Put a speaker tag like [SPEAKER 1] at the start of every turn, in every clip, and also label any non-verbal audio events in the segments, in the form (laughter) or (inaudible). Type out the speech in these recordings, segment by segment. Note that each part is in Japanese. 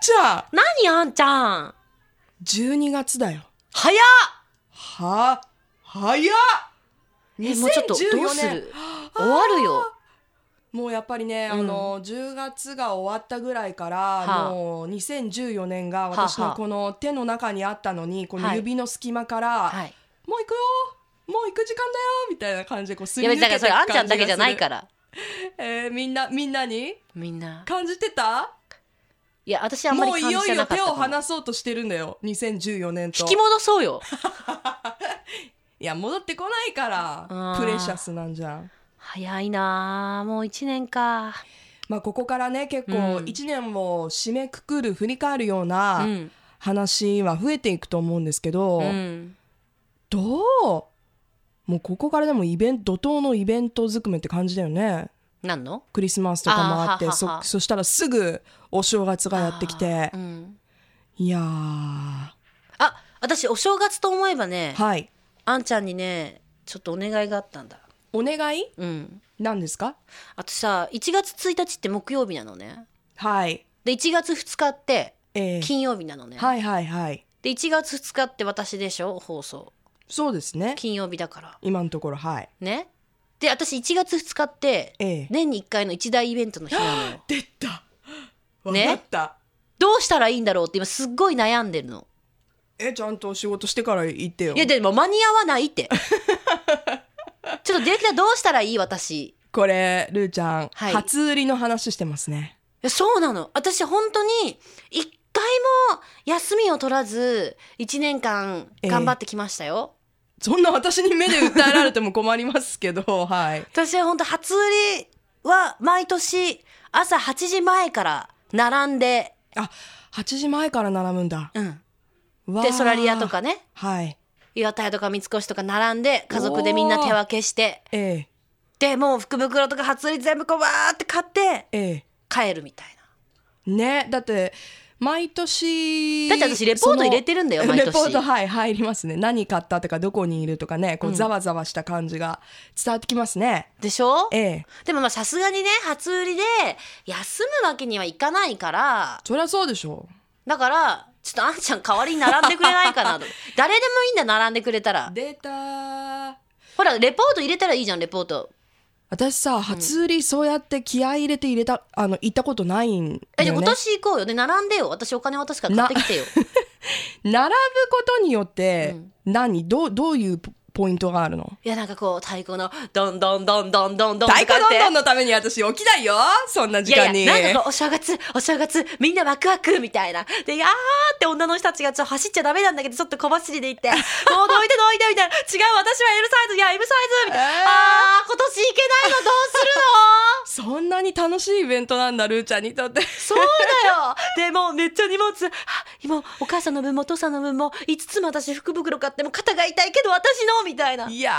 [SPEAKER 1] ちゃん
[SPEAKER 2] 何あんちゃん
[SPEAKER 1] !12 月だよ。
[SPEAKER 2] 早っ
[SPEAKER 1] は、早っ
[SPEAKER 2] えもうちょっとどうする終わるよ。
[SPEAKER 1] もうやっぱりね、
[SPEAKER 2] うん
[SPEAKER 1] あの10月が終わったぐらいから、
[SPEAKER 2] はあ
[SPEAKER 1] もう2014年が
[SPEAKER 2] はあ
[SPEAKER 1] 私のこの手の中にあったのにこの
[SPEAKER 2] はい
[SPEAKER 1] 指の隙間から、
[SPEAKER 2] はい。
[SPEAKER 1] もう行くよもう行く時間だよみたいな感じでこうす
[SPEAKER 2] い
[SPEAKER 1] り
[SPEAKER 2] や
[SPEAKER 1] 抜
[SPEAKER 2] 別
[SPEAKER 1] けて
[SPEAKER 2] にだ
[SPEAKER 1] い
[SPEAKER 2] か
[SPEAKER 1] く
[SPEAKER 2] らそれあ
[SPEAKER 1] 感
[SPEAKER 2] んちゃ
[SPEAKER 1] じが
[SPEAKER 2] んだ
[SPEAKER 1] する
[SPEAKER 2] けじゃないから。
[SPEAKER 1] えーみんなみんなに
[SPEAKER 2] みんな。
[SPEAKER 1] 感じてた
[SPEAKER 2] いや私あんまり
[SPEAKER 1] もう
[SPEAKER 2] 感
[SPEAKER 1] い
[SPEAKER 2] じてな
[SPEAKER 1] よ
[SPEAKER 2] かっ
[SPEAKER 1] いよ
[SPEAKER 2] た
[SPEAKER 1] 手
[SPEAKER 2] か
[SPEAKER 1] を
[SPEAKER 2] も。
[SPEAKER 1] 離そうとしてるんだよ2014年と
[SPEAKER 2] 引き戻そうよ。
[SPEAKER 1] いや戻ってこないから
[SPEAKER 2] あー
[SPEAKER 1] プレシャスなんじゃん
[SPEAKER 2] 早いなあもう一年か。
[SPEAKER 1] まあここからね結構
[SPEAKER 2] うん
[SPEAKER 1] 1年を締めくくる振り返るよう
[SPEAKER 2] う。
[SPEAKER 1] なん話は増えていくと思うんですけど、
[SPEAKER 2] うん。
[SPEAKER 1] どうもうここからでもイベント怒涛のイベントずくめって感じだよね
[SPEAKER 2] なんの？
[SPEAKER 1] クリスマスとかもあって
[SPEAKER 2] あーはは
[SPEAKER 1] そ
[SPEAKER 2] は
[SPEAKER 1] そしたらすぐお正月がやってきて
[SPEAKER 2] あーうん。
[SPEAKER 1] いやー
[SPEAKER 2] あ私お正月と思えばね、
[SPEAKER 1] はい
[SPEAKER 2] あんちゃんにねちょっとお願いがあったんだ。
[SPEAKER 1] お願い
[SPEAKER 2] うん。
[SPEAKER 1] なんですか
[SPEAKER 2] あとさ1月1日って木曜日なのね。
[SPEAKER 1] はい
[SPEAKER 2] で1月2日って
[SPEAKER 1] えー、
[SPEAKER 2] 金曜日なのね。
[SPEAKER 1] はいはいはい
[SPEAKER 2] で1月2日って私でしょ放送
[SPEAKER 1] そうですね
[SPEAKER 2] 金曜日だから
[SPEAKER 1] 今のところはい
[SPEAKER 2] ねで私1月2日って
[SPEAKER 1] ええ
[SPEAKER 2] 年に1回の一大イベントの日なの (gasps) よ
[SPEAKER 1] 出たわ
[SPEAKER 2] ね
[SPEAKER 1] かった、
[SPEAKER 2] どうしたらいいんだろうって今すっごい悩んでるの
[SPEAKER 1] えちゃんと仕事してから行ってよ
[SPEAKER 2] いやでも間に合わないって (laughs) ちょっとディレクターどうしたらいい私い
[SPEAKER 1] これルーちゃん、
[SPEAKER 2] はい
[SPEAKER 1] 初売りの話してますね
[SPEAKER 2] やそうなの私本当に一回も休みを取らず1年間頑張ってきましたよ、
[SPEAKER 1] そんな私に目で訴えられても困ります
[SPEAKER 2] (laughs)
[SPEAKER 1] けどはい
[SPEAKER 2] 私は本当初売りは毎年朝8時前から並んで
[SPEAKER 1] あ8時前から並ぶんだ
[SPEAKER 2] うん
[SPEAKER 1] わ
[SPEAKER 2] で
[SPEAKER 1] ー
[SPEAKER 2] ソラリアとかね
[SPEAKER 1] はい
[SPEAKER 2] 岩田屋とか三越とか並んで家族でみんな手分けして
[SPEAKER 1] ええ
[SPEAKER 2] でもう福袋とか初売り全部こうわーって買って
[SPEAKER 1] え
[SPEAKER 2] 帰るみたい
[SPEAKER 1] えねだって毎年
[SPEAKER 2] だって私レポート入れてるんだよ
[SPEAKER 1] その
[SPEAKER 2] 毎年
[SPEAKER 1] レポートはい入りますね何買ったとかどこにいるとかねこうざわざわした感じが伝わってきますね、
[SPEAKER 2] なでしょ
[SPEAKER 1] ええ
[SPEAKER 2] でもまあさすがにね初売りで休むわけにはいかないから
[SPEAKER 1] そりゃそうでしょ
[SPEAKER 2] だからちょっとあんちゃん代わりに並んでくれないか
[SPEAKER 1] (laughs)
[SPEAKER 2] なと誰でもいいんだ並んでくれたら
[SPEAKER 1] う出たー
[SPEAKER 2] ほらレポート入れたらいいじゃんレポート
[SPEAKER 1] 私さ初売りそうやって気合い入れて入れたあの行ったことないんだ
[SPEAKER 2] えじゃ
[SPEAKER 1] よ
[SPEAKER 2] あ
[SPEAKER 1] ね
[SPEAKER 2] 今年行こうよで並んでよ私お金渡すから買ってきてよ
[SPEAKER 1] 並ぶことによって何、どうどういうポポイントがあるの
[SPEAKER 2] いやなんかこう太鼓のどんどんどんどんどんどん
[SPEAKER 1] 太鼓どんどん
[SPEAKER 2] ん
[SPEAKER 1] のために私起きないよそんない時
[SPEAKER 2] や
[SPEAKER 1] 間に
[SPEAKER 2] いやなんかこうお正月お正月みんなワクワクみたいなで「いやー」って女の人たちがちょっと走っちゃダメなんだけどちょっと小走りで行 (laughs) って「もうどいてどいて」みたいな「違う私は L サイズいや M サイズ」みたいな
[SPEAKER 1] えー
[SPEAKER 2] 「あー今年行けないのどうするの?」
[SPEAKER 1] そんなに楽しいイベントなんだルーちゃんにとって
[SPEAKER 2] そうだよでもうめっちゃ荷物あ今お母さんの分もお父さんの分も5つも私福袋買っても肩が痛いけど私のみたいない
[SPEAKER 1] や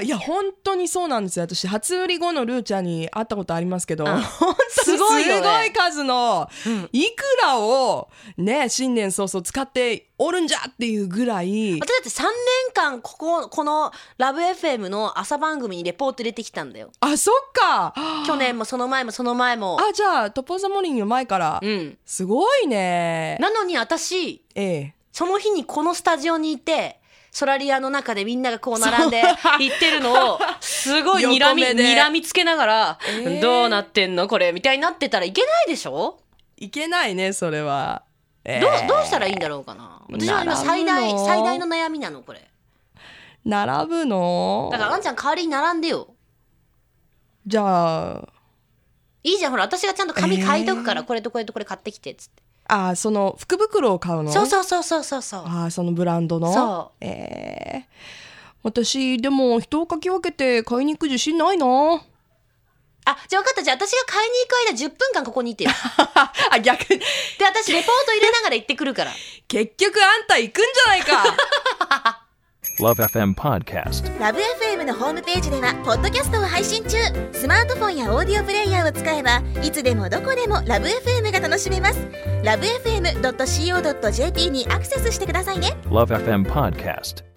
[SPEAKER 1] ーいや本当にそうなんですよ私初売り後のルーちゃんに会ったことありますけど
[SPEAKER 2] あ
[SPEAKER 1] 本当
[SPEAKER 2] すごいよ
[SPEAKER 1] す
[SPEAKER 2] ね
[SPEAKER 1] ごい数の
[SPEAKER 2] うん
[SPEAKER 1] いくらをね新年早々使っておるんじゃっていうぐらい
[SPEAKER 2] 私だって3年間こここの「ラブ f m の朝番組にレポート入れてきたんだよ
[SPEAKER 1] あそっか
[SPEAKER 2] 去年もその前もその前も
[SPEAKER 1] あじゃあトップオブザモーニングの前から
[SPEAKER 2] うん
[SPEAKER 1] すごいね
[SPEAKER 2] なのに私
[SPEAKER 1] ええ
[SPEAKER 2] その日にこのスタジオにいてソラリアの中でみんながこう並んで (laughs) 行ってるのを
[SPEAKER 1] (laughs)
[SPEAKER 2] すごいにらみ
[SPEAKER 1] 横目で
[SPEAKER 2] にらみつけながら、
[SPEAKER 1] えー
[SPEAKER 2] どうなってんのこれみたいになってたらいけないでしょ
[SPEAKER 1] いけないねそれは、ええ
[SPEAKER 2] どうどうしたらいいんだろうかな私は今最
[SPEAKER 1] 並
[SPEAKER 2] 大
[SPEAKER 1] ぶの
[SPEAKER 2] 最大の悩みなのこれ
[SPEAKER 1] 並ぶの
[SPEAKER 2] だからあんちゃん代わりに並んでよ
[SPEAKER 1] じゃあ
[SPEAKER 2] いいじゃんほら私がちゃんと紙書いとくから、これとこれとこれ買ってきてっつって
[SPEAKER 1] あその福袋を買うの
[SPEAKER 2] そうそうそうそうそうそう
[SPEAKER 1] あそのブランドの
[SPEAKER 2] そ
[SPEAKER 1] ええ私でも人をかき分けて買いに行く自信
[SPEAKER 2] (laughs)
[SPEAKER 1] ないな
[SPEAKER 2] あじゃあ分かったじゃあ私が買いに行く間10分間ここにいてよ
[SPEAKER 1] あ逆に
[SPEAKER 2] で私レポート入れながら行ってくるから
[SPEAKER 1] 結局あんた行くんじゃないか
[SPEAKER 3] Love FM Podcast.
[SPEAKER 4] ラブ f m のホームページではポッドキャストを配信中スマートフォンやオーディオプレイヤーを使えばいつでもどこでもラブ f m が楽しめますラブ FM.co.jp にアクセスしてくださいね
[SPEAKER 3] Love FM Podcast.